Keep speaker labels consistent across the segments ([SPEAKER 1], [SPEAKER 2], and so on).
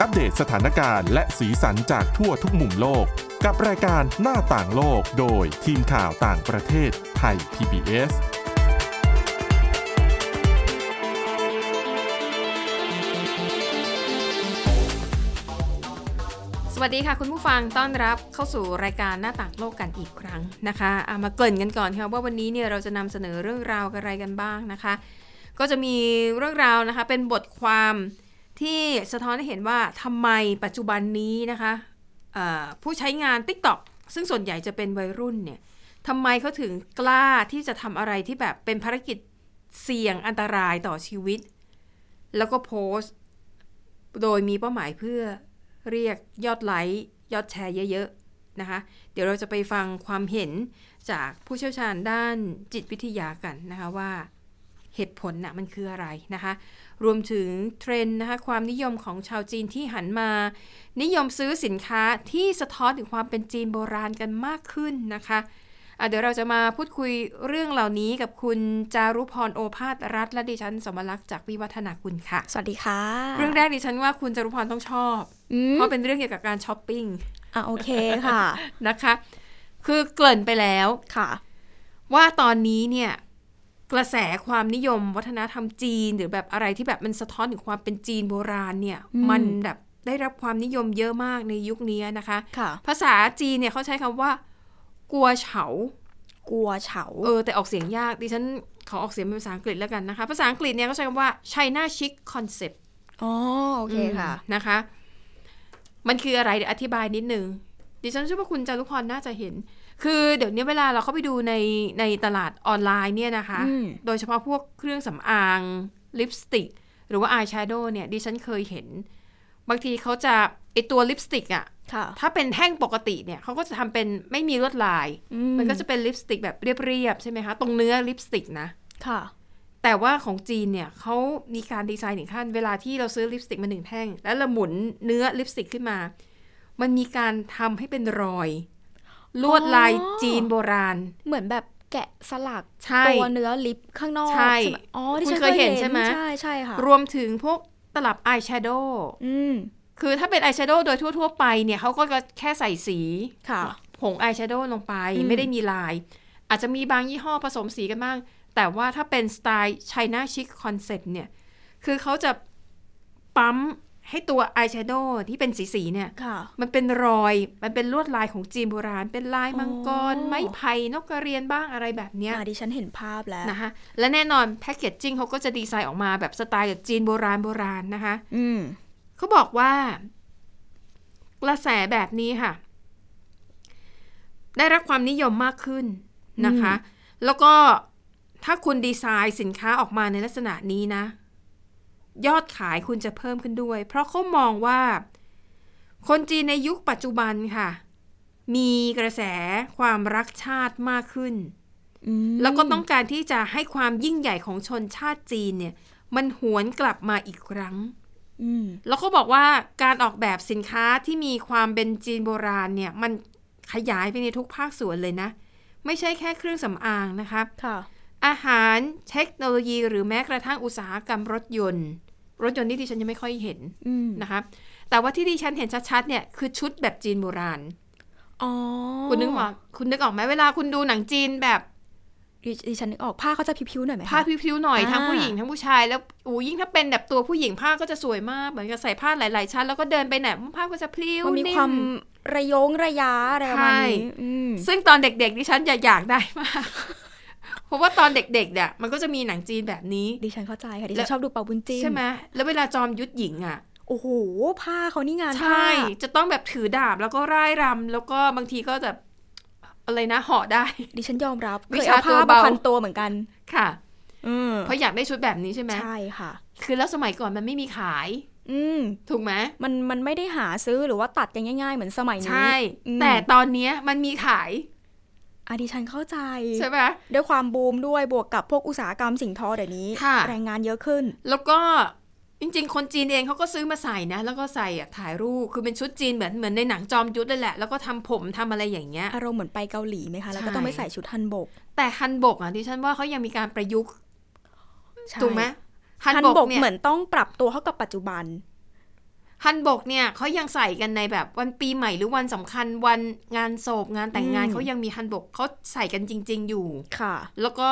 [SPEAKER 1] อัปเดตสถานการณ์และสีสันจากทั่วทุกมุมโลก กับรายการหน้าต่างโลกโดยทีมข่าวต่างประเทศไทย PBS
[SPEAKER 2] สวัสดีค่ะ คุณผู้ฟังต้อนรับเข้าสู่รายการหน้าต่างโลกกันอีกครั้งนะคะเอามาเกริ่นกันก่อนค่ะว่าวันนี้เนี่ยเราจะนำเสนอเรื่องราวอะไรกันบ้างนะคะ ก็จะมีเรื่องราวนะคะเป็นบทความที่สะท้อนให้เห็นว่าทำไมปัจจุบันนี้นะคะเอ่อผู้ใช้งาน t i k t o k ซึ่งส่วนใหญ่จะเป็นวัยรุ่นเนี่ยทำไมเขาถึงกล้าที่จะทำอะไรที่แบบเป็นภารกิจเสี่ยงอันตรายต่อชีวิต แล้วก็โพสต์ โดยมีเป้าหมายเพื่อเรียกยอดไลค์ยอดแชร์เยอะๆนะคะ เดี๋ยวเราจะไปฟังความเห็นจากผู้เชี่ยวชาญด้านจิตวิทยากันนะคะว่าเหตุผลน่ะมันคืออะไรนะคะ รวมถึงเทรนด์นะคะความนิยมของชาวจีนที่หันมา นิยมซื้อสินค้าที่สะท้อนถึงความเป็นจีนโบราณกันมากขึ้นนะคะอ่ะเดี๋ยวเราจะมาพูดคุยเรื่องเหล่านี้กับคุณจารุพรโอภาสรัฐและดิฉันสมรักษ์จากวิวัฒนาคุณค่ะ
[SPEAKER 3] สวัสดีค่ะ
[SPEAKER 2] เรื่องแรกดิฉันว่าคุณจารุพรต้องชอบ
[SPEAKER 3] อืม
[SPEAKER 2] เพราะเป็นเรื่องเกี่ยวกับการช้อปปิ้ง
[SPEAKER 3] อ่ะโอเค ค่ะ
[SPEAKER 2] นะคะ คือเกริ่นไปแล้ว
[SPEAKER 3] ค่ะ
[SPEAKER 2] ว่าตอนนี้เนี่ย กระแสความนิยมวัฒนธรรมจีน หรือแบบอะไรที่แบบมันสะท้อนถึงความเป็นจีนโบราณเนี่ย
[SPEAKER 3] อืม
[SPEAKER 2] มันแบบได้รับความนิยมเยอะมากในยุคนี้นะคะ
[SPEAKER 3] ค่ะ
[SPEAKER 2] ภาษาจีนเนี่ยเขาใช้คำว่า กัวเฉา
[SPEAKER 3] กลัวเฉา
[SPEAKER 2] เออแต่ออกเสียงยากดิฉันขอออกเสียงเป็นภาษาอังกฤษแล้วกันนะคะ ภาษาอังกฤษเนี่ยเขาใช้คำว่า China Chic Concept
[SPEAKER 3] อ๋อ โอเคค่ะ
[SPEAKER 2] อืมนะคะ มันคืออะไรเดี๋ยวอธิบายนิดนึง ดิฉันเชื่อว่าคุณจารุพรน่าจะเห็น คือเดี๋ยวนี้เวลาเราเข้าไปดูในในตลาดออนไลน์เนี่ยนะคะ
[SPEAKER 3] อืม
[SPEAKER 2] โดยเฉพาะพวกเครื่องสำอางลิปสติก หรือว่าอายแชโดว์เนี่ย ดิฉันเคยเห็น บางทีเขาจะไอตัวลิปสติกอะ
[SPEAKER 3] ค่ะ
[SPEAKER 2] ถ้าเป็นแท่งปกติเนี่ยเขาก็จะทำเป็นไม่มีลวดลาย
[SPEAKER 3] อื
[SPEAKER 2] มันก็จะเป็นลิปสติกแบบเรียบๆใช่ไหมคะ ตรงเนื้อลิปสติกนะ
[SPEAKER 3] ค่ะ
[SPEAKER 2] แต่ว่าของจีนเนี่ยเขามีการดีไซน์ถึงขั้น เวลาที่เราซื้อลิปสติกมาหนึ่งแท่ง แล้วเราหมุนเนื้อลิปสติกขึ้นมา มันมีการทำให้เป็นรอย ลวดลาย
[SPEAKER 3] อ๋อ
[SPEAKER 2] จีนโบราณ
[SPEAKER 3] เหมือนแบบแกะสลัก
[SPEAKER 2] ใช่
[SPEAKER 3] ตัวเนื้อลิปข้างนอก
[SPEAKER 2] ใช่
[SPEAKER 3] ไหมอ๋อที่
[SPEAKER 2] คุณ
[SPEAKER 3] ฉัน
[SPEAKER 2] เคยเห็นใช่ไหม
[SPEAKER 3] ใช่ใช่ค่ะ
[SPEAKER 2] รวมถึงพวกตลับอายแชโดว์
[SPEAKER 3] อืม
[SPEAKER 2] คือถ้าเป็นอายแชโดว์โดยทั่ว ๆ ไปเนี่ยเขาก็แค่ใส่สี
[SPEAKER 3] ค่ะ
[SPEAKER 2] ผงอายแชโดว์ลงไป
[SPEAKER 3] อืม
[SPEAKER 2] ไม่ได้มีลาย อาจจะมีบางยี่ห้อผสมสีกันบ้าง แต่ว่าถ้าเป็นสไตล์ไชน่าชิคคอนเซ็ปต์เนี่ย คือเขาจะปั๊มให้ตัวอายแชโดว์ที่เป็นสีๆเนี่ย
[SPEAKER 3] ค่ะ
[SPEAKER 2] มันเป็นรอย มันเป็นลวดลายของจีนโบราณ เป็นลายมังกร
[SPEAKER 3] อ๋อ
[SPEAKER 2] ไม้ไผ่นกกระเรียนบ้างอะไรแบบเนี้ย
[SPEAKER 3] อ่ะดิฉันเห็นภาพแล้ว
[SPEAKER 2] นะคะและแน่นอนแพคเกจจิ้งเขาก็จะดีไซน์ออกมาแบบสไตล์แบบจีนโบราณโบราณนะคะ
[SPEAKER 3] อืม
[SPEAKER 2] เขาบอกว่า กระแสแบบนี้ค่ะ ได้รับความนิยมมากขึ้นนะคะ แล้วก็ถ้าคุณดีไซน์สินค้าออกมาในลักษณะนี้นะ ยอดขายคุณจะเพิ่มขึ้นด้วย เพราะเขามองว่า คนจีนในยุคปัจจุบันค่ะ มีกระแสความรักชาติมากขึ้น
[SPEAKER 3] อืม
[SPEAKER 2] แล้วก็ต้องการที่จะให้ความยิ่งใหญ่ของชนชาติจีนเนี่ย มันหวนกลับมาอีกครั้ง
[SPEAKER 3] อืม
[SPEAKER 2] แล้วก็บอกว่าการออกแบบสินค้าที่มีความเป็นจีนโบราณเนี่ย มันขยายไปในทุกภาคส่วนเลยนะ ไม่ใช่แค่เครื่องสำอางนะคะ
[SPEAKER 3] ค่ะ
[SPEAKER 2] อาหารเทคโนโลยีหรือแม้กระทั่งอุตสาหกรรมรถยนต์ รถยนต์นี่ดิฉันยังไม่ค่อยเห็น
[SPEAKER 3] อืม
[SPEAKER 2] นะคะ แต่ว่าที่ดิฉันเห็นชัดๆเนี่ยคือชุดแบบจีนโบราณ
[SPEAKER 3] อ๋อ
[SPEAKER 2] คุณนึกออกคุณนึกออกไหมเวลาคุณดูหนังจีนแบบ
[SPEAKER 3] ดิดิฉันนึกออกผ้าเขาจะพิวๆหน่อยไหมคะ
[SPEAKER 2] ผ้าพริ้วๆหน่อย
[SPEAKER 3] อ่า
[SPEAKER 2] ทั้งผู้หญิงทั้งผู้ชายแล้วอูยิ่งถ้าเป็นแบบตัวผู้หญิงผ้าก็จะสวยมากเหมือนกับใส่ผ้าหลายๆชั้นแล้วก็เดินไปไหนผ้าก็จะพลิ้ว
[SPEAKER 3] มันมี
[SPEAKER 2] นิ่
[SPEAKER 3] ความระโยงระยะอะไรประมาณนี้
[SPEAKER 2] ใช่
[SPEAKER 3] อืม
[SPEAKER 2] ซึ่งตอนเด็กๆดิฉันอยากอยากได้มาก เพราะว่าตอนเด็กๆเนี่ยมันก็จะมีหนังจีนแบบนี้
[SPEAKER 3] ดิฉันเข้าใจค่ะ ดิ
[SPEAKER 2] แล้ว
[SPEAKER 3] ฉันชอบดูเป่าบุญจิ้ม
[SPEAKER 2] ใช่ไหมแล้วเวลาจอมยุทธหญิงอ่ะ
[SPEAKER 3] โอ้โห ผ้าเขานี่งาน
[SPEAKER 2] ใช่
[SPEAKER 3] ผ้า
[SPEAKER 2] จะต้องแบบถือดาบแล้วก็ร่ายรำแล้วก็บางทีก็จะอะไรนะเหาะได้
[SPEAKER 3] ดิฉันยอมรับ
[SPEAKER 2] วิ
[SPEAKER 3] เคย
[SPEAKER 2] ชา
[SPEAKER 3] เอา
[SPEAKER 2] ตัว
[SPEAKER 3] ผ้า
[SPEAKER 2] เบา
[SPEAKER 3] มาพันตัวเหมือนกัน
[SPEAKER 2] ค่ะ
[SPEAKER 3] อืม
[SPEAKER 2] เพราะอยากได้ชุดแบบนี้ใช่ไหม
[SPEAKER 3] ใช่ค่ะ
[SPEAKER 2] คือแล้วสมัยก่อนมันไม่มีขาย
[SPEAKER 3] อืม
[SPEAKER 2] ถูกไหม
[SPEAKER 3] มันมันไม่ได้หาซื้อหรือว่าตัดกันง่าย ๆ เหมือนสมัยนี้
[SPEAKER 2] ใช่
[SPEAKER 3] อืม
[SPEAKER 2] แต่ตอนเนี้ยมันมีขาย
[SPEAKER 3] อ่ะดิฉันเข้าใจ
[SPEAKER 2] ใช่ไหม
[SPEAKER 3] ด้วยความบูมด้วยบวกกับพวกอุตสาหกรรมสิ่งทอเดี๋ยวนี้
[SPEAKER 2] ค่ะ
[SPEAKER 3] แรงงานเยอะขึ้น
[SPEAKER 2] แล้วก็จริงๆ คนจีนเองเขาก็ซื้อมาใส่นะ แล้วก็ใส่อะถ่ายรูปคือเป็นชุดจีนเหมือนเหมือนในหนังจอมยุทธเลยแหละ แล้วก็ทำผมทำอะไรอย่างเงี้ย
[SPEAKER 3] อารมณ์เหมือนไปเกาหลีไหมคะ แล้วก็ต้อง
[SPEAKER 2] ใช่
[SPEAKER 3] ไปใส่ชุดฮันบก
[SPEAKER 2] แต่ฮันบกอ่ะดิฉันว่าเขายังมีการประยุกต์
[SPEAKER 3] ใช่
[SPEAKER 2] ถูกไหม
[SPEAKER 3] ฮันบก
[SPEAKER 2] เนี่ย
[SPEAKER 3] เหมือนต้องปรับตัวเข้ากับปัจจุบัน
[SPEAKER 2] ฮันบกเนี่ยเขายังใส่กันในแบบวันปีใหม่หรือวันสำคัญวันงานศพงานแต่งงาน
[SPEAKER 3] อืม
[SPEAKER 2] เขายังมีฮันบกเขาใส่กันจริง ๆ อยู่
[SPEAKER 3] ค่ะ
[SPEAKER 2] แล้วก็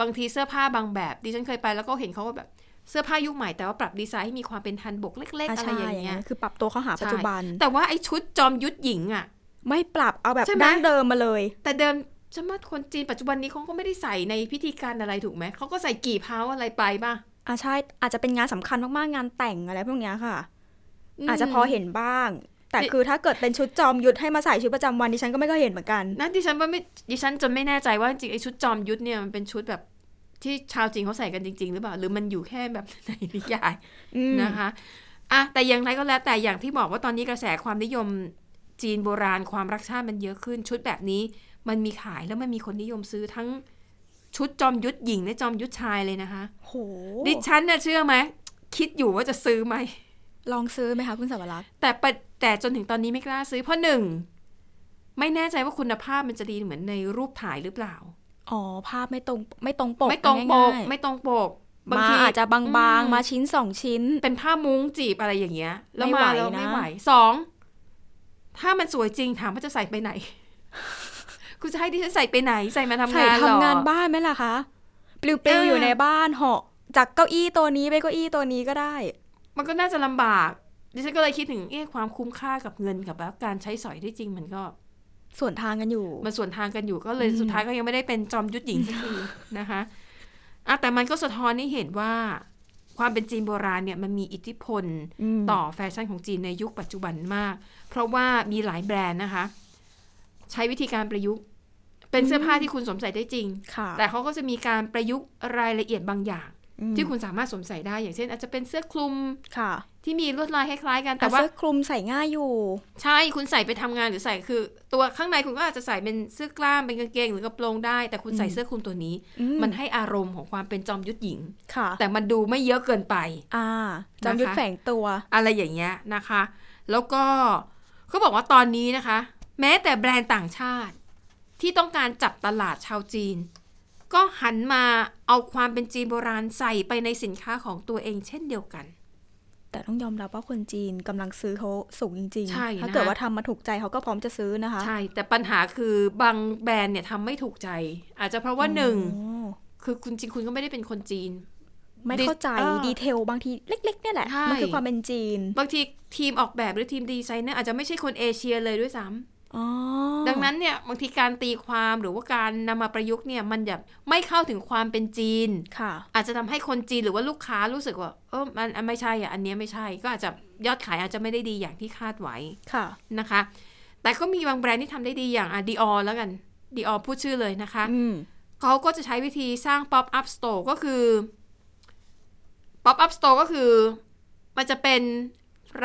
[SPEAKER 2] บางทีเสื้อผ้าบางแบบดิฉันเคยไปแล้วก็เห็นเขาว่าแบบเสื้อผ้ายุคใหม่แต่ว่าปรับดีไซน์ให้มีความเป็นฮันบกเล็ก ๆ อะไรอย่างเงี้ย
[SPEAKER 3] คือปรับตัวเข้าหา
[SPEAKER 2] ใช่
[SPEAKER 3] ปัจจุบัน
[SPEAKER 2] แต่ว่าไอ้ชุดจอมยุทธหญิงอ่ะ
[SPEAKER 3] ไม่ปรับเอาแบบ
[SPEAKER 2] ใช่ไหม
[SPEAKER 3] ดั้งเดิมมาเลย
[SPEAKER 2] แต่เดิมจะมาคนจีนปัจจุบันนี้เขาก็ไม่ได้ใส่ในพิธีการอะไรถูกไหม เขาก็ใส่กี่เพ้าอะไรไปป่ะ
[SPEAKER 3] อ่ะใช่ อาจจะเป็นงานสำคัญมากๆ งานแต่งอะไรพวกเนี้ยค่ะ
[SPEAKER 2] ม
[SPEAKER 3] อาจจะพอเห็นบ้าง แต่
[SPEAKER 2] ดิ
[SPEAKER 3] คือถ้าเกิดเป็นชุดจอมยุทธให้มาใส่ชุดประจำวันดิฉันก็ไม่เคยเห็นเหมือนกัน
[SPEAKER 2] นั่นดิฉันว่าไม่ดิฉันจนไม่แน่ใจว่าจริงๆไอ้ชุดจอมยุทธเนี่ยมันเป็นชุดแบบที่ชาวจีนเขาใส่กันจริง ๆ หรือเปล่า หรือมันอยู่แค่แบบในนิยาย
[SPEAKER 3] อืม
[SPEAKER 2] นะคะอ่ะแต่อย่างไรก็แล้วแต่อย่างที่บอกว่าตอนนี้กระแสความนิยมจีนโบราณความรักชาติมันเยอะขึ้น ชุดแบบนี้มันมีขายแล้วมันมีคนนิยมซื้อทั้งชุดจอมยุทธหญิงและจอมยุทธชายเลยนะคะ
[SPEAKER 3] โห
[SPEAKER 2] ดิฉันน่ะเชื่อไหมคิดอยู่ว่าจะซื้อไหม
[SPEAKER 3] ลองซื้อไหมคะคุณสวรักษ์
[SPEAKER 2] แต่ปะแต่จนถึงตอนนี้ไม่กล้าซื้อเพราะหนึ่ง ไม่แน่ใจว่าคุณภาพมันจะดีเหมือนในรูปถ่ายหรือเปล่า
[SPEAKER 3] อ๋อ ภาพไม่ตรง ไม่ตรงปก
[SPEAKER 2] ไม่ตรงปก
[SPEAKER 3] ง่ายๆ
[SPEAKER 2] ไม่ตรงปก
[SPEAKER 3] มา
[SPEAKER 2] บางที
[SPEAKER 3] อาจจะบางๆ มาชิ้นสองชิ้น
[SPEAKER 2] เป็นผ้ามุ้งจีบอะไรอย่างเงี้ย แล้ว
[SPEAKER 3] ไม่
[SPEAKER 2] มา
[SPEAKER 3] ไหว
[SPEAKER 2] แล้ว
[SPEAKER 3] นะ
[SPEAKER 2] ไม่ไหวสอง ถ้ามันสวยจริงถามว่าจะใส่ ไปไหน คุณจะให้ดิฉันใส่ไปไหน ใส่มาทำ
[SPEAKER 3] ใส่
[SPEAKER 2] งานเหรอ
[SPEAKER 3] ทำงานบ้านไหมล่ะคะปลิว
[SPEAKER 2] เอ
[SPEAKER 3] ๆ
[SPEAKER 2] อ
[SPEAKER 3] อ
[SPEAKER 2] อ
[SPEAKER 3] ยู่ในบ้านเหาะจากเก้าอี้ตัวนี้ไปเก้าอี้ตัวนี้ก็ได้
[SPEAKER 2] มันก็น่าจะลำบาก ดิฉันก็เลยคิดถึงเอ๊ะความคุ้มค่ากับเงินกับแบบการใช้สอยที่จริงมันก็
[SPEAKER 3] ส่วนทางกันอยู่
[SPEAKER 2] มันส่วนทางกันอยู่ก็เลยสุดท้ายก็ยังไม่ได้เป็นจอมยุทธหญิงสักทีนะคะอ่ะแต่มันก็สะท้อนให้เห็นว่า ความเป็นจีนโบราณเนี่ยมันมีอิทธิพล
[SPEAKER 3] ม
[SPEAKER 2] ต่อแฟชั่นของจีนในยุคปัจจุบันมาก เพราะว่ามีหลายแบรนด์นะคะ ใช้วิธีการประยุกต์ เป็นเสื้อผ้าที่คุณสวมใส่ได้จริง
[SPEAKER 3] ค่ะ
[SPEAKER 2] แต่เขาก็จะมีการประยุกต์รายละเอียดบางอย่าง
[SPEAKER 3] อืม
[SPEAKER 2] ที่คุณสามารถสวมใส่ได้ อย่างเช่น อาจจะเป็นเสื้อคลุม
[SPEAKER 3] ค่ะ
[SPEAKER 2] ที่มีลวดลายคล้ายๆกัน
[SPEAKER 3] แต่
[SPEAKER 2] แต่
[SPEAKER 3] ว่า
[SPEAKER 2] ว่า
[SPEAKER 3] เสื้อคลุมใส่ง่ายอยู่
[SPEAKER 2] ใช่คุณใส่ไปทำงานหรือใส่คือ ตัวข้างในคุณก็อาจจะใส่เป็นเสื้อกล้ามเป็นกางเกงหรือกระโปรงได้ แต่คุณใส่เสื้อคลุมตัวนี้
[SPEAKER 3] อืม
[SPEAKER 2] มันให้อารมณ์ของความเป็นจอมยุทธหญิง
[SPEAKER 3] ค่ะ
[SPEAKER 2] แต่มันดูไม่เยอะเกินไป
[SPEAKER 3] อ่าจอมยุทธ
[SPEAKER 2] นะคะ
[SPEAKER 3] แฝงตัว
[SPEAKER 2] อะไรอย่างเงี้ยนะคะ แล้วก็เขาบอกว่าตอนนี้นะคะ แม้แต่แบรนด์ต่างชาติ ที่ต้องการจับตลาดชาวจีน ก็หันมาเอาความเป็นจีนโบราณใส่ไปในสินค้าของตัวเองเช่นเดียวกัน
[SPEAKER 3] แต่ต้องยอมรับว่าคนจีนกำลังซื้อเขาสูงจริง
[SPEAKER 2] ใช่
[SPEAKER 3] ๆ ถ้า
[SPEAKER 2] นะคะ
[SPEAKER 3] เกิดว่าทำมาถูกใจเขาก็พร้อมจะซื้อนะคะ
[SPEAKER 2] ใช่ แต่ปัญหาคือบางแบรนด์เนี่ยทำไม่ถูกใจ อาจจะเพราะว่าหนึ่ง
[SPEAKER 3] โอ้
[SPEAKER 2] คือคุณจริงคุณก็ไม่ได้เป็นคนจีน
[SPEAKER 3] ไม่เข้าใจ
[SPEAKER 2] เออ
[SPEAKER 3] ดีเทลบางทีเล็ก ๆ เนี่ยแหละ
[SPEAKER 2] ใช่
[SPEAKER 3] มันคือความเป็นจีน
[SPEAKER 2] บางทีทีมออกแบบหรือทีมดีไซเนอร์อาจจะไม่ใช่คนเอเชียเลยด้วยซ้ำ
[SPEAKER 3] อ๋อ
[SPEAKER 2] ดังนั้นเนี่ยบางทีการตีความหรือว่าการนำมาประยุกต์เนี่ยมันแบบไม่เข้าถึงความเป็นจีน
[SPEAKER 3] ค่ะ
[SPEAKER 2] อาจจะทำให้คนจีนหรือว่าลูกค้ารู้สึกว่าเออมันอันไม่ใช่อ่ะอันเนี้ยไม่ใช่ ก็อาจจะยอดขายอาจจะไม่ได้ดีอย่างที่คาดไว้
[SPEAKER 3] ค่ะ
[SPEAKER 2] นะคะ แต่ก็มีบางแบรนด์ที่ทำได้ดีอย่างอ่ะดีออแล้วกันดีออพูดชื่อเลยนะคะ
[SPEAKER 3] อืม
[SPEAKER 2] เขาก็จะใช้วิธีสร้าง pop up store ก็คือ pop up store ก็คือมันจะเป็น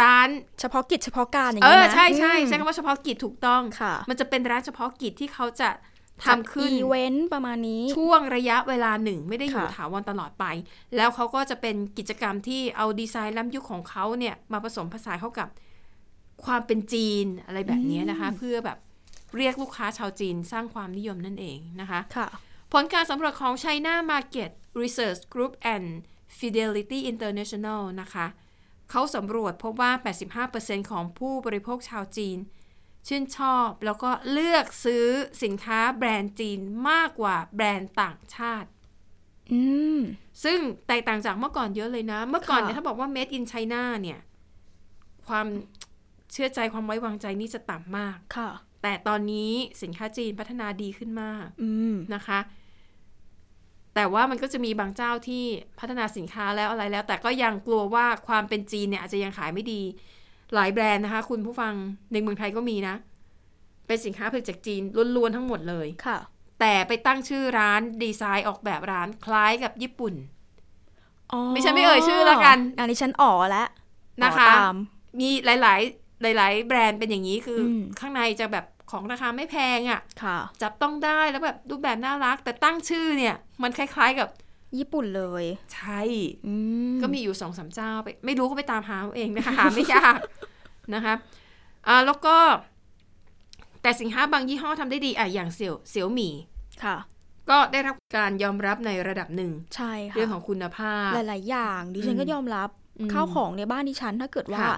[SPEAKER 2] ร้าน
[SPEAKER 3] เฉพาะกิจเฉพาะการอย่าง
[SPEAKER 2] เอ
[SPEAKER 3] นี้
[SPEAKER 2] อ
[SPEAKER 3] นะ
[SPEAKER 2] ใช่ใช่
[SPEAKER 3] อืม
[SPEAKER 2] ใช้คำว่าเฉพาะกิจถูกต้อง
[SPEAKER 3] ค่ะ
[SPEAKER 2] มันจะเป็นร้านเฉพาะกิจที่เขาจะทำขึ้น
[SPEAKER 3] อีเวนต์ประมาณนี้
[SPEAKER 2] ช่วงระยะเวลาหนึ่ง ไม่ได้อยู่
[SPEAKER 3] ค่ะ
[SPEAKER 2] ถาวรตลอดไป แล้วเขาก็จะเป็นกิจกรรมที่เอาดีไซน์ล้ำยุคของเขาเนี่ย มาผสมผสานเข้ากับความเป็นจีนอะไรแบบนี้นะคะ เพื่อแบบเรียกลูกค้าชาวจีนสร้างความนิยมนั่นเองนะคะ
[SPEAKER 3] ค่ะ
[SPEAKER 2] ผลการสำรวจของ China Market Research Group and Fidelity International นะคะ เขาสำรวจพบว่า 85%ของผู้บริโภคชาวจีน ชื่นชอบแล้วก็เลือกซื้อสินค้าแบรนด์จีนมากกว่าแบรนด์ต่างชาติ
[SPEAKER 3] อืม
[SPEAKER 2] ซึ่งแตกต่างจากเมื่อก่อนเยอะเลยนะ เมื่อก่อนเนี่ย
[SPEAKER 3] ค่ะ
[SPEAKER 2] ถ้าบอกว่า made in China เนี่ย ความเชื่อใจความไว้วางใจนี่จะต่ำมาก
[SPEAKER 3] ค่ะ
[SPEAKER 2] แต่ตอนนี้สินค้าจีนพัฒนาดีขึ้นมาก
[SPEAKER 3] อืม
[SPEAKER 2] นะคะ แต่ว่ามันก็จะมีบางเจ้าที่พัฒนาสินค้าแล้วอะไรแล้ว แต่ก็ยังกลัวว่าความเป็นจีนเนี่ยอาจจะยังขายไม่ดี หลายแบรนด์นะคะ คุณผู้ฟังในเมืองไทยก็มีนะ เป็นสินค้าผลิตจากจีนล้วนๆทั้งหมดเลย
[SPEAKER 3] ค่ะ
[SPEAKER 2] แต่ไปตั้งชื่อร้านดีไซน์ออกแบบร้านคล้ายกับญี่ปุ่น
[SPEAKER 3] อ๋อ
[SPEAKER 2] ดิฉันไม่เอ่ยชื่อละกัน
[SPEAKER 3] อันนี้ฉันอ๋อแล้ว
[SPEAKER 2] นะคะ
[SPEAKER 3] อ๋อตาม
[SPEAKER 2] มีหลาย ๆ หลาย ๆ แบรนด์เป็นอย่างนี้คืออ
[SPEAKER 3] ม
[SPEAKER 2] ข้างในจะแบบของราคาไม่แพงอะ่ะ
[SPEAKER 3] ค่ะ
[SPEAKER 2] จับต้องได้แล้วแบบรูปแบบน่ารัก แต่ตั้งชื่อเนี่ย มันคล้าย ๆกับ
[SPEAKER 3] ญี่ปุ่นเลย
[SPEAKER 2] ใช่
[SPEAKER 3] อืม
[SPEAKER 2] ก็มีอยู่สองสามเจ้าไปไม่รู้ก็ไปตามหาเอาเองนะคะ หาไม่ยาก นะคะอ่าแล้วก็ แต่สินค้าบางยี่ห้อทำได้ดีอ่ะอย่างเสี่ยวเสี่ยวหมี่
[SPEAKER 3] ค่ะ
[SPEAKER 2] ก็ได้รับการยอมรับในระดับหนึ่ง
[SPEAKER 3] ใช่ค่ะ
[SPEAKER 2] เรื่องของคุณภาพ
[SPEAKER 3] หลาย ๆ อย่าง ดิฉันก็ยอมรับ
[SPEAKER 2] อืม
[SPEAKER 3] ข้าวของในบ้านดิฉันถ้าเกิดว่า
[SPEAKER 2] ค่ะ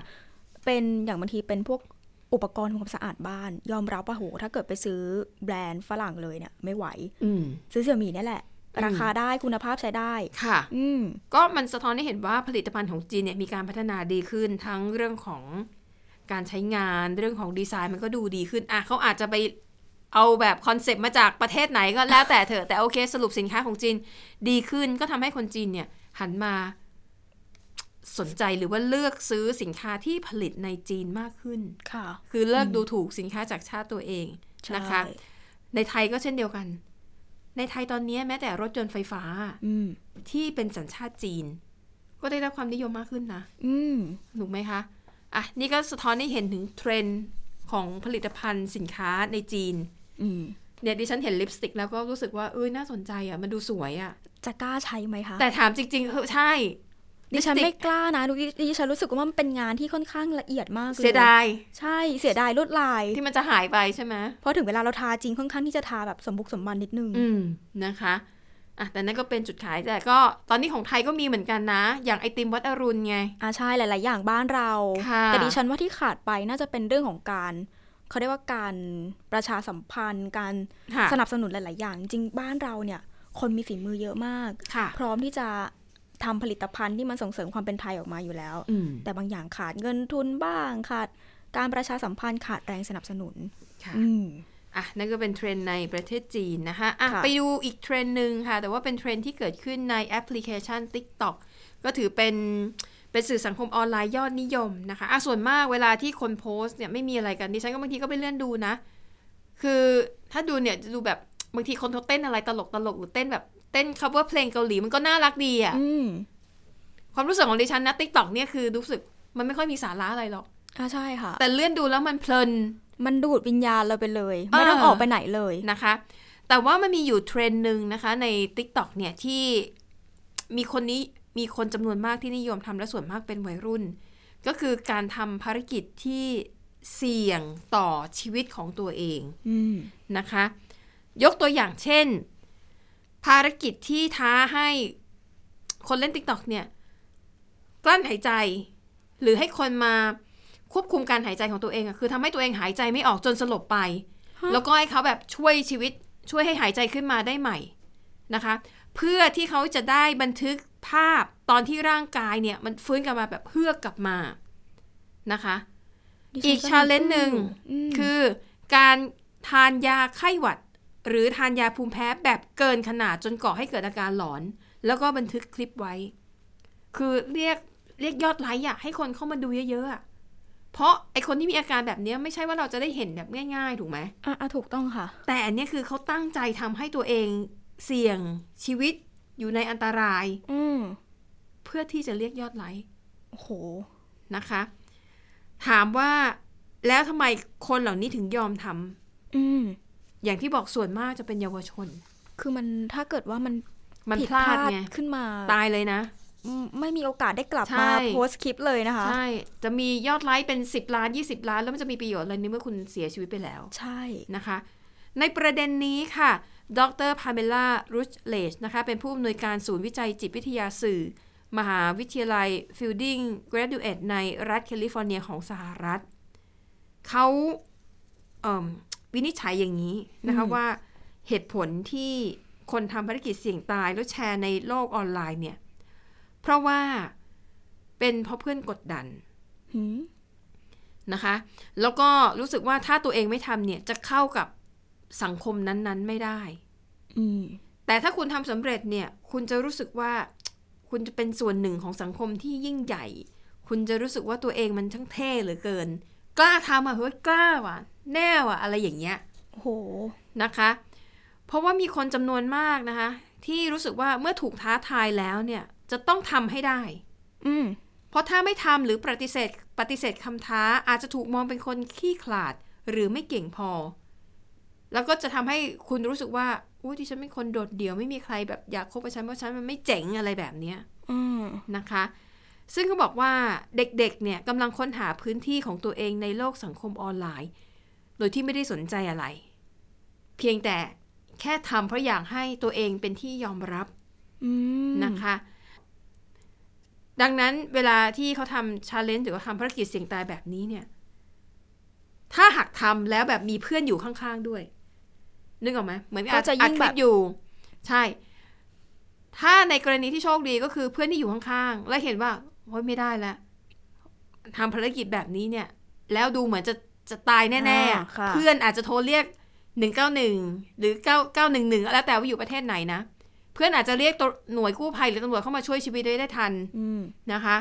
[SPEAKER 3] เป็นอย่างบางทีเป็นพวกอุปกรณ์ทำความสะอาดบ้าน ยอมรับว่าโหถ้าเกิดไปซื้อแบรนด์ฝรั่งเลยเนี่ยไม่ไหว
[SPEAKER 2] อืม
[SPEAKER 3] ซื้อเสี่ยมี่นี่ยแหละ
[SPEAKER 2] อืม
[SPEAKER 3] ราคาได้คุณภาพใช้ได้
[SPEAKER 2] ค่ะ
[SPEAKER 3] อืม
[SPEAKER 2] ก็มันสะท้อนให้เห็นว่าผลิตภัณฑ์ของจีนเนี่ยมีการพัฒนาดีขึ้นทั้งเรื่องของการใช้งานเรื่องของดีไซน์มันก็ดูดีขึ้นอ่ะเขาอาจจะไปเอาแบบคอนเซปต์มาจากประเทศไหนก็แล้วแต่เถอะแต่โอเค สรุปสินค้าของจีนดีขึ้นก็ทำให้คนจีนเนี่ยหันมาสนใจหรือว่าเลือกซื้อสินค้าที่ผลิตในจีนมากขึ้น
[SPEAKER 3] ค่ะ
[SPEAKER 2] คือเลิกดูถูกสินค้าจากชาติตัวเองนะคะ ในไทยก็เช่นเดียวกัน ในไทยตอนนี้แม้แต่รถยนต์ไฟฟ้า
[SPEAKER 3] อืม
[SPEAKER 2] ที่เป็นสัญชาติจีน ก็ได้รับความนิยมมากขึ้นนะ
[SPEAKER 3] อืม
[SPEAKER 2] ถูกไหมคะ อ่ะ นี่ก็สะท้อนให้เห็นถึงเทรนด์ของผลิตภัณฑ์สินค้าในจีน
[SPEAKER 3] อืม
[SPEAKER 2] เนี่ยดิฉันเห็นลิปสติกแล้วก็รู้สึกว่าเอ้ยน่าสนใจอ่ะ มันดูสวยอ่ะ
[SPEAKER 3] จะกล้าใช้ไหมคะ
[SPEAKER 2] แต่ถามจริงๆเออใช่
[SPEAKER 3] ดิฉัน
[SPEAKER 2] ลิ
[SPEAKER 3] ไม่
[SPEAKER 2] ปส
[SPEAKER 3] กล้านะดิดิฉันรู้สึกว่ามันเป็นงานที่ค่อนข้างละเอียดมาก
[SPEAKER 2] ติก
[SPEAKER 3] เลย
[SPEAKER 2] เสียดาย
[SPEAKER 3] ใช่เสียดายลวดลาย
[SPEAKER 2] ที่มันจะหายไปใช่ไหม
[SPEAKER 3] เพราะถึงเวลาเราทาจริงค่อนข้างที่จะทาแบบสมบุกสมบันนิดนึง
[SPEAKER 2] อืมนะคะอ่ะแต่นั่นก็เป็นจุดขายแต่ก็ตอนนี้ของไทยก็มีเหมือนกันนะ อย่างไอติมวัดอรุณไง
[SPEAKER 3] อ่าใช่หลาย ๆ อย่างบ้านเรา
[SPEAKER 2] ค่ะ
[SPEAKER 3] แต่ดิฉันว่าที่ขาดไปน่าจะเป็นเรื่องของการเขาเรียกว่าการประชาสัมพันธ์ การ
[SPEAKER 2] ค่ะ
[SPEAKER 3] สนับสนุนหลาย ๆ อย่าง จริงๆบ้านเราเนี่ย คนมีฝีมือเยอะมาก
[SPEAKER 2] ค่ะ
[SPEAKER 3] พร้อมที่จะทำผลิตภัณฑ์ที่มันส่งเสริมความเป็นไทยออกมาอยู่แล้ว
[SPEAKER 2] อืม
[SPEAKER 3] แต่บางอย่างขาดเงินทุนบ้างขาดการประชาสัมพันธ์ขาดแรงสนับสนุน
[SPEAKER 2] ค่ะ
[SPEAKER 3] อืม
[SPEAKER 2] อ่ะนั่นก็เป็นเทรนด์ในประเทศจีนนะคะอ่ะ
[SPEAKER 3] ค่ะ
[SPEAKER 2] ไปดูอีกเทรนด์หนึ่งค่ะ แต่ว่าเป็นเทรนด์ที่เกิดขึ้นในแอปพลิเคชัน TikTok ก็ถือเป็นเป็นสื่อสังคมออนไลน์ยอดนิยมนะคะอ่ะส่วนมากเวลาที่คนโพสต์เนี่ยไม่มีอะไรกันดิฉันก็บางทีก็ไปเลื่อนดูนะ คือถ้าดูเนี่ยจะดูแบบบางทีคนเขาเต้นอะไรตลกตลกๆหรือเต้นแบบเต้น cover เพลงเกาหลีมันก็น่ารักดีอ่ะ
[SPEAKER 3] อืม
[SPEAKER 2] ความรู้สึกของดิฉันนะ TikTok เนี่ยคือรู้สึกมันไม่ค่อยมีสาระอะไรหรอก
[SPEAKER 3] อ่าใช่ค่ะ
[SPEAKER 2] แต่เลื่อนดูแล้วมันเพลิน
[SPEAKER 3] มันดูดวิญญาณเราไปเลย ไม่ต้อง
[SPEAKER 2] เออ
[SPEAKER 3] ออกไปไหนเลย
[SPEAKER 2] นะคะ แต่ว่ามันมีอยู่เทรนด์หนึ่งนะคะ ใน TikTok เนี่ยที่มีคนนี้มีคนจำนวนมากที่นิยมทำและส่วนมากเป็นวัยรุ่น ก็คือการทำภารกิจที่เสี่ยงต่อชีวิตของตัวเอง
[SPEAKER 3] อืม
[SPEAKER 2] นะคะ ยกตัวอย่างเช่น ภารกิจที่ท้าให้คนเล่น TikTok เนี่ยกลั้นหายใจ หรือให้คนมาควบคุมการหายใจของตัวเองอะคือทำให้ตัวเองหายใจไม่ออกจนสลบไป
[SPEAKER 3] ฮะ
[SPEAKER 2] แล้วก็ให้เขาแบบช่วยชีวิตช่วยให้หายใจขึ้นมาได้ใหม่นะคะ เพื่อที่เขาจะได้บันทึกภาพตอนที่ร่างกายเนี่ย มันฟื้นกลับมาแบบเฮือกกลับมานะคะ
[SPEAKER 3] ดิฉั
[SPEAKER 2] อีกชาเลนจ์หนึ่ง
[SPEAKER 3] คือ
[SPEAKER 2] คือการทานยาไข้หวัด หรือทานยาภูมิแพ้แบบเกินขนาดจนก่อให้เกิดอาการหลอน แล้วก็บันทึกคลิปไว้ คือเรียกเรียกยอดไลค์อยากให้คนเข้ามาดูเยอะๆอะเพราะไอคนที่มีอาการแบบเนี้ยไม่ใช่ว่าเราจะได้เห็นแบบง่ายๆ ถูกไหม
[SPEAKER 3] อ่ะอ่ะถูกต้องค่ะ
[SPEAKER 2] แต่อันเนี้ยคือเขาตั้งใจทำให้ตัวเองเสี่ยงชีวิตอยู่ในอันตราย
[SPEAKER 3] อืม
[SPEAKER 2] เพื่อที่จะเรียกยอดไลค์
[SPEAKER 3] โอ้โห
[SPEAKER 2] นะคะ ถามว่าแล้วทำไมคนเหล่านี้ถึงยอมท
[SPEAKER 3] อืม
[SPEAKER 2] ำอย่างที่บอกส่วนมากจะเป็นเยาวชน
[SPEAKER 3] คือมันถ้าเกิดว่ามัน
[SPEAKER 2] มัน
[SPEAKER 3] ผิด
[SPEAKER 2] พลาดไง
[SPEAKER 3] ขึ้นมา
[SPEAKER 2] ตายเลยนะ
[SPEAKER 3] อืมไม่มีโอกาสได้กลับ
[SPEAKER 2] ใช่
[SPEAKER 3] มาโพสต์คลิปเลยนะคะ
[SPEAKER 2] ใช่ จะมียอดไลค์เป็น 10 ล้าน 20 ล้าน แล้วมันจะมีประโยชน์อะไรในเมื่อคุณเสียชีวิตไปแล้ว
[SPEAKER 3] ใช่
[SPEAKER 2] นะคะ ในประเด็นนี้ค่ะ ดรพาเมล่ารูชเลชนะคะ เป็นผู้อำนวยการศูนย์วิจัยจิตวิทยาสื่อ มหาวิทยาลัย Fielding Graduate ในรัฐแคลิฟอร์เนียของสหรัฐ เขาเอิ่มวินิจฉัยอย่างนี้นะคะว่าเหตุผลที่คนทำภารกิจเสี่ยงตายแล้วแชร์ในโลกออนไลน์เนี่ย เพราะว่าเป็นเพราะเพื่อนกดดัน
[SPEAKER 3] หืม
[SPEAKER 2] นะคะ แล้วก็รู้สึกว่าถ้าตัวเองไม่ทำเนี่ย จะเข้ากับสังคมนั้นๆไม่ได้
[SPEAKER 3] อืม
[SPEAKER 2] แต่ถ้าคุณทำสำเร็จเนี่ย คุณจะรู้สึกว่าคุณจะเป็นส่วนหนึ่งของสังคมที่ยิ่งใหญ่ คุณจะรู้สึกว่าตัวเองมันช่างเท่เหลือเกิน กล้าทำอ่ะเฮ้ยกล้าว่ะ แน่ว่ะอะไรอย่างเงี้ย
[SPEAKER 3] โอ้โห
[SPEAKER 2] นะคะ เพราะว่ามีคนจำนวนมากนะคะ ที่รู้สึกว่าเมื่อถูกท้าทายแล้วเนี่ย จะต้องทำให้ได้
[SPEAKER 3] อืม
[SPEAKER 2] เพราะถ้าไม่ทำหรือปฏิเสธปฏิเสธคำท้าอาจจะถูกมองเป็นคนขี้ขลาดหรือไม่เก่งพอ แล้วก็จะทำให้คุณรู้สึกว่าอุ้ยที่ฉันเป็นคนโดดเดี่ยวไม่มีใครแบบอยากคบกับฉันเพราะฉันมันไม่เจ๋งอะไรแบบเนี้ย
[SPEAKER 3] อืม
[SPEAKER 2] นะคะ ซึ่งก็บอกว่าเด็กๆเนี่ยกำลังค้นหาพื้นที่ของตัวเองในโลกสังคมออนไลน์ โดยที่ไม่ได้สนใจอะไร เพียงแต่แค่ทำเพราะอยากให้ตัวเองเป็นที่ยอมรับ
[SPEAKER 3] อืม
[SPEAKER 2] นะคะ ดังนั้นเวลาที่เขาทำชาเลนจ์หรือว่าทำภารกิจเสี่ยงตายแบบนี้เนี่ย ถ้าหากทำแล้วแบบมีเพื่อนอยู่ข้างๆด้วย นึกออกไหมเหมือน
[SPEAKER 3] ก็จะยิ่ง
[SPEAKER 2] อัดคลิป
[SPEAKER 3] แบบ
[SPEAKER 2] อยู่ ใช่ ถ้าในกรณีที่โชคดีก็คือเพื่อนที่อยู่ข้างๆ และเห็นว่าโอ๊ยไม่ได้แล้วทำภารกิจแบบนี้เนี่ย แล้วดูเหมือนจะจะตายแน่ๆอะ
[SPEAKER 3] อ่าค่ะ
[SPEAKER 2] เพื่อนอาจจะโทรเรียกหนึ่งเก้าหนึ่งหรือเก้าเก้าหนึ่งหนึ่งแล้วแต่ว่าอยู่ประเทศไหนนะ เพื่อนอาจจะเรียกตัวหน่วยกู้ภัยหรือตำรวจเข้ามาช่วยชีวิตไว้ได้ทัน
[SPEAKER 3] อืม
[SPEAKER 2] นะคะ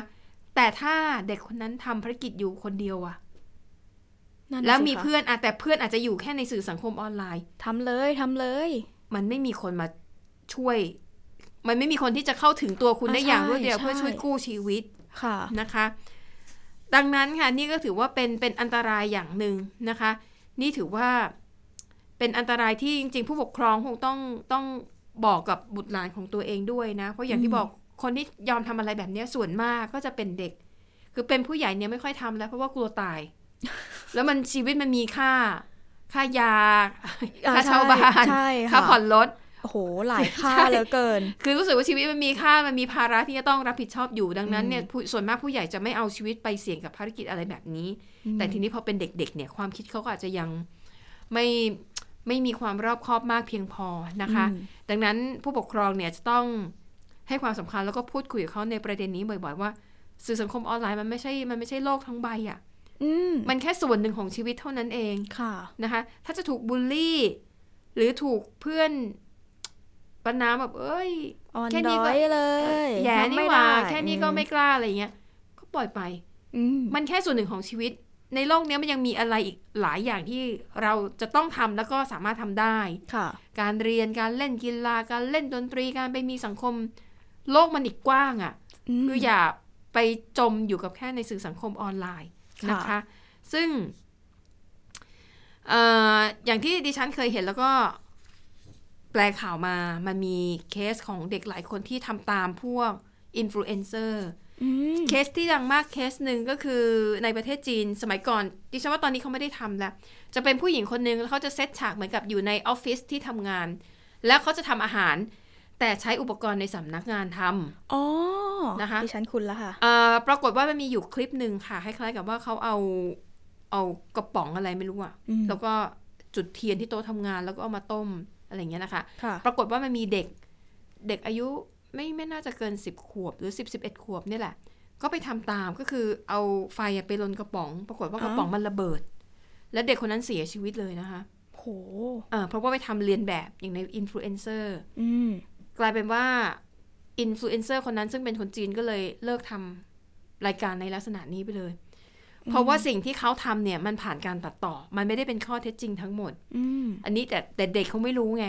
[SPEAKER 2] แต่ถ้าเด็กคนนั้นทำภารกิจอยู่คนเดียวอะ
[SPEAKER 3] นั่นน่ะ
[SPEAKER 2] แล้ว
[SPEAKER 3] สิ
[SPEAKER 2] มี
[SPEAKER 3] คะ
[SPEAKER 2] เพื่อนอะแต่เพื่อนอาจจะอยู่แค่ในสื่อสังคมออนไลน์
[SPEAKER 3] ทำเลยทำเลย
[SPEAKER 2] มันไม่มีคนมาช่วย มันไม่มีคนที่จะเข้าถึงตัวคุณ
[SPEAKER 3] อ่า
[SPEAKER 2] ได้อย่าง
[SPEAKER 3] ใช่
[SPEAKER 2] รวดเร็ว
[SPEAKER 3] ใช่
[SPEAKER 2] เพื่อช่วยกู้ชีวิต
[SPEAKER 3] ค่ะ
[SPEAKER 2] นะคะ ดังนั้นค่ะนี่ก็ถือว่าเป็นเป็นอันตรายอย่างหนึ่งนะคะ นี่ถือว่าเป็นอันตรายที่จริง ๆ ผู้ปกครองคงต้องต้องบอกกับบุตรหลานของตัวเองด้วยนะ เพราะอย่างที่
[SPEAKER 3] อืม
[SPEAKER 2] บอกคนที่ยอมทำอะไรแบบเนี้ยส่วนมากก็จะเป็นเด็ก คือเป็นผู้ใหญ่เนี่ยไม่ค่อยทำแล้ว เพราะว่ากลัวตาย แล้วมันชีวิตมันมีค่า ค่ายา ค่าเช่าบ้าน
[SPEAKER 3] ใช่
[SPEAKER 2] ค่า
[SPEAKER 3] ค่ะ
[SPEAKER 2] ผ่อนรถ
[SPEAKER 3] โอ้โหหลายค่า
[SPEAKER 2] ใช่
[SPEAKER 3] เหลือเกิน
[SPEAKER 2] คือรู้สึกว่าชีวิตมันมีค่ามันมีภาระที่จะต้องรับผิดชอบอยู่ดังนั้น
[SPEAKER 3] อืม
[SPEAKER 2] เนี่ยผู้ส่วนมากผู้ใหญ่จะไม่เอาชีวิตไปเสี่ยงกับภารกิจอะไรแบบนี้ แต่ทีนี้พอเป็นเด็กๆเนี่ยความคิดเขาก็อาจจะยังไม่ไม่มีความรอบคอบมากเพียงพอนะคะ
[SPEAKER 3] อืม
[SPEAKER 2] ดังนั้นผู้ปกครองเนี่ยจะต้องให้ความสำคัญแล้วก็พูดคุยกับเขาในประเด็นนี้บ่อยๆว่า สื่อสังคมออนไลน์มันไม่ใช่มันไม่ใช่โลกทั้งใบอะ่ะ
[SPEAKER 3] อืม
[SPEAKER 2] มันแค่ส่วนหนึ่งของชีวิตเท่านั้นเอง
[SPEAKER 3] ค่ะ
[SPEAKER 2] นะคะถ้าจะถูกบูลลี่ หรือถูกเพื่อนประนามแบบเอ้ย
[SPEAKER 3] อ่อน
[SPEAKER 2] แค่นี้
[SPEAKER 3] ด้
[SPEAKER 2] ก็
[SPEAKER 3] อยเลย
[SPEAKER 2] แย่
[SPEAKER 3] ทำ
[SPEAKER 2] นี่
[SPEAKER 3] ไม่
[SPEAKER 2] หว่า
[SPEAKER 3] ได้
[SPEAKER 2] แค่นี้ก็ไม่กล้าอะไรเงี้ยก็ปล่อยไป
[SPEAKER 3] อืม
[SPEAKER 2] มันแค่ส่วนหนึ่งของชีวิต ในโลกเนี้ยมันยังมีอะไรอีกหลายอย่างที่เราจะต้องทำแล้วก็สามารถทำได้
[SPEAKER 3] ค่ะ
[SPEAKER 2] การเรียนการเล่นกีฬาการเล่นดนตรีการไปมีสังคม โลกมันอีกกว้างอะ่ะ คืออย่าไปจมอยู่กับแค่ในสื่อสังคมออนไลน์นะคะ
[SPEAKER 3] ค่ะ
[SPEAKER 2] ซึ่งเอออย่างที่ดิฉันเคยเห็นแล้วก็แปลข่าวมา มันมีเคสของเด็กหลายคนที่ทำตามพวกอินฟลูเอนเซอร์
[SPEAKER 3] อืม
[SPEAKER 2] เคสที่ดังมากเคสหนึ่งก็คือในประเทศจีนสมัยก่อน ดิฉันว่าตอนนี้เขาไม่ได้ทำแล้ว จะเป็นผู้หญิงคนหนึ่งแล้วเขาจะเซตฉากเหมือนกับอยู่ในออฟฟิศที่ทำงาน แล้วเขาจะทำอาหาร แต่ใช้อุปกรณ์ในสำนักงานทำ
[SPEAKER 3] อ๋อ
[SPEAKER 2] นะคะ
[SPEAKER 3] ดิฉันคุณแล้วค่ะ
[SPEAKER 2] เอ่อปรากฏว่ามันมีอยู่คลิปหนึ่งค่ะคล้ายๆกับว่าเขาเอาเอากระป๋องอะไรไม่รู้อะ
[SPEAKER 3] อืม
[SPEAKER 2] แล้วก็จุดเทียนที่โต๊ะทำงานแล้วก็เอามาต้มอะไรอย่างเงี้ยนะคะ
[SPEAKER 3] ค่ะ
[SPEAKER 2] ปรากฏว่ามันมีเด็กเด็กอายุไม่ไม่น่าจะเกิน 10 ขวบหรือ 10 11 ขวบเนี่ยแหละ ก็ไปทำตามก็คือเอาไฟอะไปลนกระป๋อง ปรากฏว่ากระป๋องมันระเบิด แล้วเด็กคนนั้นเสียชีวิตเลยนะคะ
[SPEAKER 3] โห
[SPEAKER 2] เอ่อเพราะว่าไปทำเรียนแบบอย่างในอินฟลูเอนเซอร์
[SPEAKER 3] อืม
[SPEAKER 2] กลายเป็นว่าอินฟลูเอนเซอร์คนนั้นซึ่งเป็นคนจีนก็เลยเลิกทำรายการในลักษณะนี้ไปเลย เพราะว่าสิ่งที่เขาทำเนี่ยมันผ่านการตัดต่อ มันไม่ได้เป็นข้อเท็จจริงทั้งหมด
[SPEAKER 3] อืม
[SPEAKER 2] อันนี้แต่แต่เด็กเขาไม่รู้ไง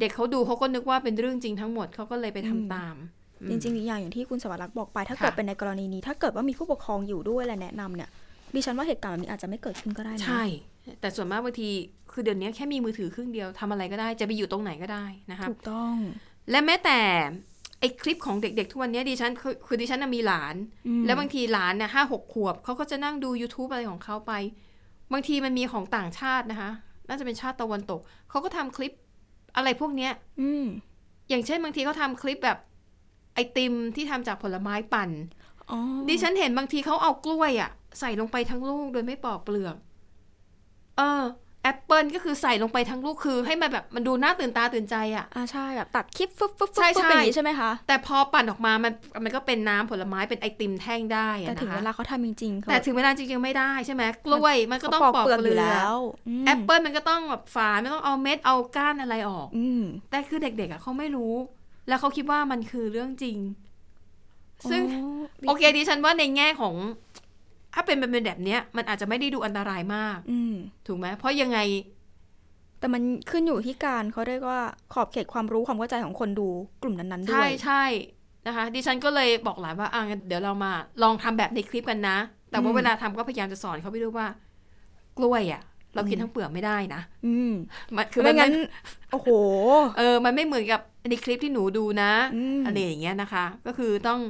[SPEAKER 2] เด็กเขาดูเขาก็นึกว่าเป็นเรื่องจริงทั้งหมดเขาก็เลยไปทำ
[SPEAKER 3] อืม
[SPEAKER 2] ตามอืม
[SPEAKER 3] จริงๆอีกอย่างอย่างที่คุณสวัสดิ์รักษ์บอกไป ถ้าเกิด
[SPEAKER 2] ค่ะ
[SPEAKER 3] เป็นในกรณีนี้ ถ้าเกิดว่ามีผู้ปกครองอยู่ด้วยและแนะนำเนี่ยดิฉันว่าเหตุการณ์แบบนี้อาจจะไม่เกิดขึ้นก็ได้นะ
[SPEAKER 2] ใช่ แต่ส่วนมากบางทีคือเดี๋ยวนี้แค่มีมือถือเครื่องเดียวทำอะไรก็ได้จะไปอยู่ตรงไหนก็ได้นะคะ
[SPEAKER 3] ถูกต้อง
[SPEAKER 2] และแม้แต่ไอคลิปของเด็กๆทุกวันเนี้ยดิฉันคือคือดิฉันนะมีหลาน
[SPEAKER 3] อืม
[SPEAKER 2] แล้วบางทีหลานเนี่ยห้าหกขวบเขาก็จะนั่งดู YouTube อะไรของเขาไป บางทีมันมีของต่างชาตินะคะ น่าจะเป็นชาติตะวันตก เขาก็ทำคลิปอะไรพวกเนี้ย
[SPEAKER 3] อืม
[SPEAKER 2] อย่างเช่นบางทีเขาทำคลิปแบบไอติมที่ทำจากผลไม้ปั่น
[SPEAKER 3] อ๋อ
[SPEAKER 2] ดิฉันเห็นบางทีเขาเอากล้วยอะใส่ลงไปทั้งลูกโดยไม่ปอกเปลือก เออแอปเปิลก็คือใส่ลงไปทั้งลูกคือ ให้มันแบบมันดูน่าตื่นตาตื่นใจอะ
[SPEAKER 3] อ่าใช่แบบตัดคลิปฟึบฟึบฟึบ
[SPEAKER 2] ใช่
[SPEAKER 3] ฟึบ
[SPEAKER 2] ใช่
[SPEAKER 3] อย่างนี้ใช่ไหมคะ
[SPEAKER 2] แต่พอปั่นออกมา มัน มันก็เป็นน้ำผลไม้เป็นไอติมแท่งได้อะ
[SPEAKER 3] แต่ถึงเว
[SPEAKER 2] นะ
[SPEAKER 3] ลา
[SPEAKER 2] คะ
[SPEAKER 3] เขาทำจริงๆเขา
[SPEAKER 2] แต่ถึงเวลาจริงๆไม่ได้ใช่ไหมกล้วยมันก็ต้องปอกเปลื
[SPEAKER 3] ยู่
[SPEAKER 2] อก
[SPEAKER 3] แล้วม
[SPEAKER 2] แอปเปิลมันก็ต้องแบบฝานมันต้องเอาเม็ดเอาก้านอะไรออก
[SPEAKER 3] อืม
[SPEAKER 2] แต่คือเด็กๆอ่ะเขาไม่รู้ แล้วเขาคิดว่ามันคือเรื่องจริง ซึ่งโอเคดิฉันว่าในแง่ของ ถ้าเป็นเป็นแบบเนี้ย มันอาจจะไม่ได้ดูอันตรายมาก
[SPEAKER 3] อืม
[SPEAKER 2] ถูกไหมเพราะยังไง
[SPEAKER 3] แต่มันขึ้นอยู่ที่การเขาเรียกว่าขอบเขตความรู้ความเข้าใจของคนดูกลุ่มนั้นๆด้
[SPEAKER 2] ใช่
[SPEAKER 3] วย
[SPEAKER 2] ใช่นะคะ ดิฉันก็เลยบอกหลานว่าอ่ะงั้นเดี๋ยวเรามาลองทำแบบในคลิปกันนะ แต่ว่าเวลาทำก็พยายามจะสอนเขาไปด้วยว่า กล้วยอ่ะ เรากินทั้งเปลือกไม่ได้นะ
[SPEAKER 3] อืม
[SPEAKER 2] มันคื
[SPEAKER 3] คืออ
[SPEAKER 2] มั
[SPEAKER 3] ไม่
[SPEAKER 2] น
[SPEAKER 3] งั้น
[SPEAKER 2] ไม่
[SPEAKER 3] โอ้โห
[SPEAKER 2] เออ มันไม่เหมือนกับในคลิปที่หนูดูนะ
[SPEAKER 3] อืม
[SPEAKER 2] ไรอย่างเงี้ยนะคะ ก็คือต้อง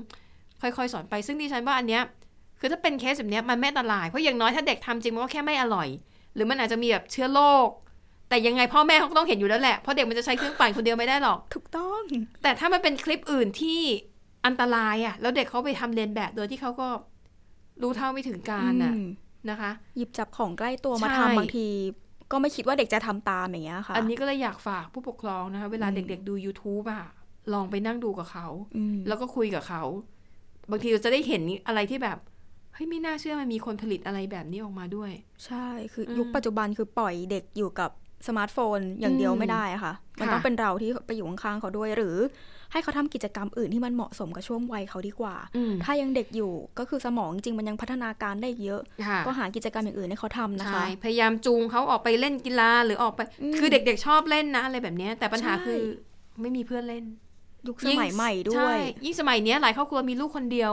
[SPEAKER 2] ค่อยๆสอนไป ซึ่งดิฉันว่าอันเนี้ย คือถ้าเป็นเคสแบบเนี้ยมันไม่อันตราย เพราะอย่างน้อยถ้าเด็กทำจริงมันก็แค่ไม่อร่อย หรือมันอาจจะมีแบบเชื้อโรค แต่ยังไงพ่อแม่เขาก็ต้องเห็นอยู่แล้วแหละ เพราะเด็กมันจะใช้เครื่องปั่นคนเดียวไม่ได้หรอก
[SPEAKER 3] ถูกต้อง
[SPEAKER 2] แต่ถ้ามันเป็นคลิปอื่นที่ อันตรายอะ่ะ แล้วเด็กเขาไปทำเรียนแบบโดยที่เขาก็รู้เท่าไม่ถึงการน่ะ
[SPEAKER 3] อืม
[SPEAKER 2] นะคะ
[SPEAKER 3] หยิบจับของใกล้ตัวมา
[SPEAKER 2] ใช่
[SPEAKER 3] ทำบางที ก็ไม่คิดว่าเด็กจะทำตามอย่างเงี้ยค่ะ
[SPEAKER 2] อันนี้ก็เลยอยากฝากผู้ปกครองนะคะ เวลา
[SPEAKER 3] อืม
[SPEAKER 2] เด็กๆดู YouTube อะลองไปนั่งดูกับเขา
[SPEAKER 3] อืม
[SPEAKER 2] แล้วก็คุยกับเขา บางทีเราจะได้เห็นอะไรที่แบบเฮ้ยไม่น่าเชื่อมันมีคนผลิตอะไรแบบนี้ออกมาด้วย
[SPEAKER 3] ใช่คืออ
[SPEAKER 2] ม
[SPEAKER 3] ยุคปัจจุบันคือปล่อยเด็กอยู่กับสมาร์ทโฟนอย่างเดียว
[SPEAKER 2] อืม
[SPEAKER 3] ไม่ได้อะค่ะ มัน
[SPEAKER 2] ค่ะ
[SPEAKER 3] ต้องเป็นเราที่ไปอยู่ข้างๆเขาด้วย หรือ ให้เขาทำกิจกรรมอื่นที่มันเหมาะสมกับช่วงวัยเขาดีกว่า
[SPEAKER 2] อืม
[SPEAKER 3] ถ้ายังเด็กอยู่ก็คือสมองจริงมันยังพัฒนาการได้เยอะ
[SPEAKER 2] ค่ะ
[SPEAKER 3] ก็หากิจกรรมอย่างอื่นให้เขาทำนะคะ
[SPEAKER 2] ใช่พยายามจูงเขาออกไปเล่นกีฬาหรือออกไป
[SPEAKER 3] อืม
[SPEAKER 2] คือเด็กๆชอบเล่นนะ อะไรแบบเนี้ยแต่ปัญหา
[SPEAKER 3] ใช่
[SPEAKER 2] คือไม่มีเพื่อนเล่น
[SPEAKER 3] ยุคสมัยใหม่ด้ว
[SPEAKER 2] ใช่
[SPEAKER 3] ย
[SPEAKER 2] ยิ่งสมัยเนี้ยหลายครอบครัวมีลูกคนเดียว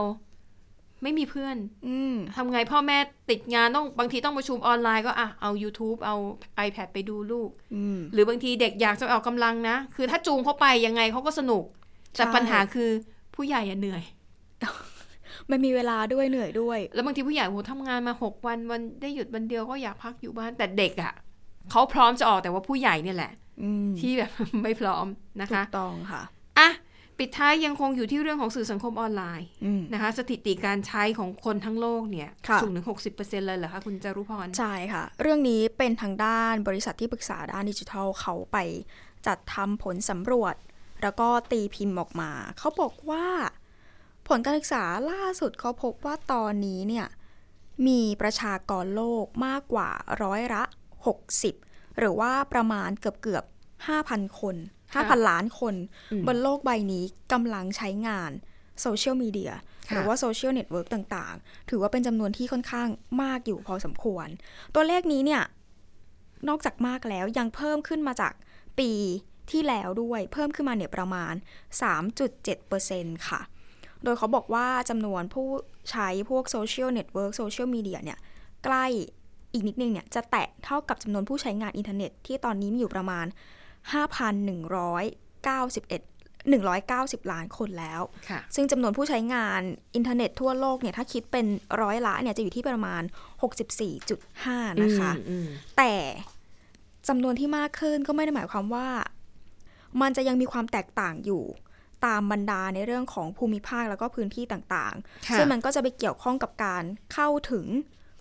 [SPEAKER 2] ไม่มีเพื่อน
[SPEAKER 3] อืม
[SPEAKER 2] ทำไงพ่อแม่ติดงานต้องบางทีต้องประชุมออนไลน์ก็อ่ะเอา YouTube เอา iPad ไปดูลูก
[SPEAKER 3] อืม
[SPEAKER 2] หรือบางทีเด็กอยากจะออกกำลังนะ คือถ้าจูงเขาไปยังไงเขาก็สนุก แต่
[SPEAKER 3] ใช่
[SPEAKER 2] ปัญหาคือผู้ใหญ่อะเหนื่อย
[SPEAKER 3] ไม่มีเวลาด้วยเหนื่อยด้วย
[SPEAKER 2] แล้วบางทีผู้ใหญ่โหทำงานมาหกวันวันได้หยุดวันเดียวก็อยากพักอยู่บ้านแต่เด็กอะเขาพร้อมจะออกแต่ว่าผู้ใหญ่เนี่ยแหละ
[SPEAKER 3] อืม
[SPEAKER 2] ที่แบบ ไม่พร้อมนะ
[SPEAKER 3] ถู
[SPEAKER 2] คะ
[SPEAKER 3] กต้องค่ะ
[SPEAKER 2] อ่ะปิดท้ายยังคงอยู่ที่เรื่องของสื่อสังคมออนไลน์
[SPEAKER 3] อืม
[SPEAKER 2] นะคะสถิติการใช้ของคนทั้งโลกเนี่ย
[SPEAKER 3] ค่ะ
[SPEAKER 2] สูงถึง 60%เลยเหรอคะคุณจารุพร
[SPEAKER 3] ใช่ค่ะ เรื่องนี้เป็นทางด้านบริษัทที่ปรึกษาด้านดิจิทัลเขาไปจัดทำผลสำรวจ แล้วก็ตีพิมพ์ออกมา เขาบอกว่า ผลการศึกษาล่าสุดเขาพบว่าตอนนี้เนี่ย มีประชากรโลกมากกว่าร้อยละ 60 หรือว่าประมาณเกือบเกือบๆ5,000 คน
[SPEAKER 2] ค่ะ
[SPEAKER 3] 5,000 ล้านคน
[SPEAKER 2] อืม
[SPEAKER 3] บนโลกใบนี้กำลังใช้งานโซเชียลมีเดีย
[SPEAKER 2] ค่ะ
[SPEAKER 3] หรือว่าโซเชียลเน็ตเวิร์กต่างๆ ถือว่าเป็นจำนวนที่ค่อนข้างมากอยู่พอสมควร ตัวเลขนี้เนี่ย นอกจากมากแล้วยังเพิ่มขึ้นมาจากปีที่แล้วด้วย เพิ่มขึ้นมาเนี่ยประมาณ 3.7%ค่ะ โดยเขาบอกว่าจำนวนผู้ใช้พวกโซเชียลเน็ตเวิร์กโซเชียลมีเดียเนี่ยใกล้อีกนิดนึงเนี่ยจะแตะเท่ากับจำนวนผู้ใช้งานอินเทอร์เน็ตที่ตอนนี้มีอยู่ประมาณ 5,191 190 ล้านคนแล้ว
[SPEAKER 2] ค่ะ
[SPEAKER 3] ซึ่งจำนวนผู้ใช้งานอินเทอร์เน็ตทั่วโลกเนี่ยถ้าคิดเป็นร้อยละเนี่ยจะอยู่ที่ประมาณ 64.5 นะคะ แต่จำนวนที่มากขึ้นก็ไม่ได้หมายความว่า มันจะยังมีความแตกต่างอยู่ ตามบรรดาในเรื่องของภูมิภาคแล้วก็พื้นที่ต่าง
[SPEAKER 2] ค่ะ
[SPEAKER 3] ๆ ซึ่งมันก็จะไปเกี่ยวข้องกับการเข้าถึง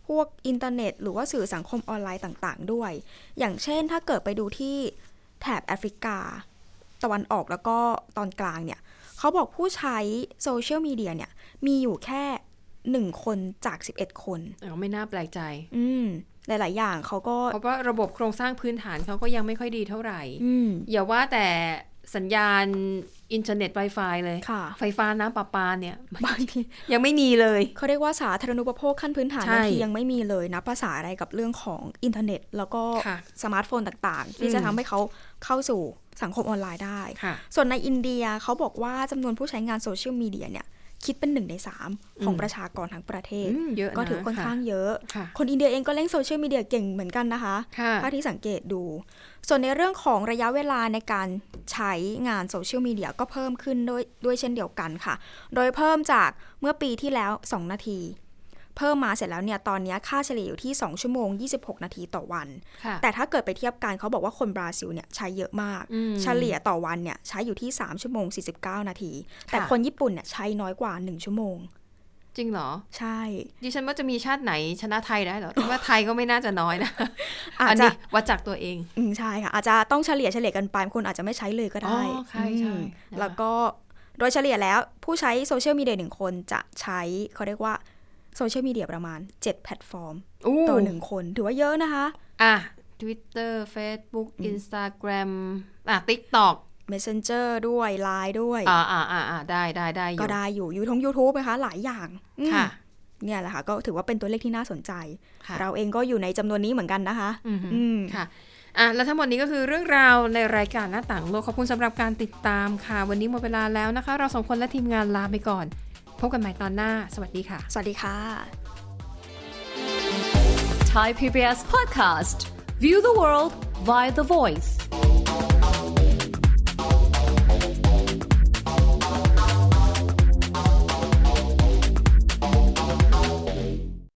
[SPEAKER 3] พวกอินเทอร์เน็ต หรือว่าสื่อสังคมออนไลน์ต่างๆ ด้วย อย่างเช่นถ้าเกิดไปดูที่แถบแอฟริกา ตะวันออกแล้วก็ตอนกลางเนี่ยเขาบอกผู้ใช้โซเชียลมีเดียเนี่ยมีอยู่แค่ 1 คนจาก 11 คน
[SPEAKER 2] เออไม่น่าแปลกใจ
[SPEAKER 3] อืมหลาย ๆ อย่างเขาก็
[SPEAKER 2] เพราะว่าระบบโครงสร้างพื้นฐานเขาก็ยังไม่ค่อยดีเท่าไหร่
[SPEAKER 3] อืม
[SPEAKER 2] อย่าว่าแต่สัญญาณอินเทอร์เน็ต Wi-Fi เลย
[SPEAKER 3] ค่ะ
[SPEAKER 2] ไฟฟ้าน้ำประปาเนี่ย
[SPEAKER 3] บางที
[SPEAKER 2] ยังไม่มีเลย
[SPEAKER 3] เขาเรียกว่าสาธารณูปโภคขั้นพื้นฐาน
[SPEAKER 2] ใช่
[SPEAKER 3] บางทียังไม่มีเลยนะภาษาอะไรกับเรื่องของอินเทอร์เน็ต แล้วก็
[SPEAKER 2] ค่ะ
[SPEAKER 3] สมาร์ทโฟนต่างๆ ที่
[SPEAKER 2] อืม
[SPEAKER 3] จะทำให้เขาเข้าสู่สังคมออนไลน์ได้
[SPEAKER 2] ค่ะ
[SPEAKER 3] ส่วนในอินเดียเขาบอกว่าจำนวนผู้ใช้งานโซเชียลมีเดียเนี่ย คิดเป็นหนึ่งในสามของ
[SPEAKER 2] อืม
[SPEAKER 3] ประชากรทั้งประเทศ
[SPEAKER 2] อืมเยอะนะ
[SPEAKER 3] ก็ถือค่อนข้างเยอะ
[SPEAKER 2] ค่ะ
[SPEAKER 3] คนอินเดียเองก็เล่นโซเชียลมีเดียเก่งเหมือนกันนะคะ
[SPEAKER 2] ค่ะ
[SPEAKER 3] ถ้าที่สังเกตดู ส่วนในเรื่องของระยะเวลาในการใช้งานโซเชียลมีเดียก็เพิ่มขึ้นด้วยด้วยเช่นเดียวกันค่ะ โดยเพิ่มจากเมื่อปีที่แล้ว 2 นาที เพิ่มมาเสร็จแล้วเนี่ย ตอนนี้ค่าเฉลี่ยอยู่ที่ 2 ชั่วโมง 26 นาทีต่อวัน
[SPEAKER 2] ค่ะ
[SPEAKER 3] แต่ถ้าเกิดไปเทียบกันเขาบอกว่าคนบราซิลเนี่ยใช้เยอะมาก
[SPEAKER 2] อืม
[SPEAKER 3] เฉลี่ยต่อวันเนี่ยใช้อยู่ที่ 3 ชั่วโมง 49 นาที แต่
[SPEAKER 2] ค่ะ
[SPEAKER 3] คนญี่ปุ่นเนี่ยใช้น้อยกว่า 1 ชั่วโมง
[SPEAKER 2] จริงเหรอ
[SPEAKER 3] ใช่
[SPEAKER 2] ดิฉันว่าจะมีชาติไหนชนะไทยได้เหรอคิดว่าไทยก็ไม่น่าจะน้อยนะ
[SPEAKER 3] อาจ
[SPEAKER 2] อัน
[SPEAKER 3] จะ
[SPEAKER 2] นี้วัดจากตัวเอง
[SPEAKER 3] อืมใช่ค่ะอาจจะต้องเฉลี่ยเฉลี่ยกันไปบางคนอาจจะไม่ใช้เลยก็ได้
[SPEAKER 2] อ๋อใช่ใช่
[SPEAKER 3] อืม
[SPEAKER 2] นะคะ
[SPEAKER 3] แล้วก็โดยเฉลี่ยแล้วผู้ใช้โซเชียลมีเดียหนึ่งคนจะใช้เขาเรียกว่าโซเชียลมีเดียประมาณ 7 แพลตฟอร์ม
[SPEAKER 2] อู้
[SPEAKER 3] ต่อหนึ่งคนถือว่าเยอะนะคะ
[SPEAKER 2] อ่ะ Twitter Facebook Instagram อ่ะ TikTok
[SPEAKER 3] Messenger ด้วย Line ด้วย
[SPEAKER 2] อ่าอ่าอ่าอ่าได้ได้ได้อยู่
[SPEAKER 3] ก็ได้อยู่ยูทง YouTube นะคะหลายอย่างอืม
[SPEAKER 2] ค่ะ
[SPEAKER 3] เนี่ยแหละค่ะ ก็ถือว่าเป็นตัวเลขที่น่าสนใจ
[SPEAKER 2] ค่ะ
[SPEAKER 3] เราเองก็อยู่ในจำนวนนี้เหมือนกันนะคะ
[SPEAKER 2] อือหือ
[SPEAKER 3] อืม
[SPEAKER 2] ค่ะ อ่ะ แล้วทั้งหมดนี้ก็คือเรื่องราวในรายการหน้าต่างโลก ขอบคุณสำหรับการติดตามค่ะ วันนี้หมดเวลาแล้วนะคะ เราสองคนและทีมงานลาไปก่อน พบกันใหม่ตอนหน้า สวัสดีค่ะ
[SPEAKER 3] สวัสดีค่ะ
[SPEAKER 4] Thai PBS podcast. View the world via the voice.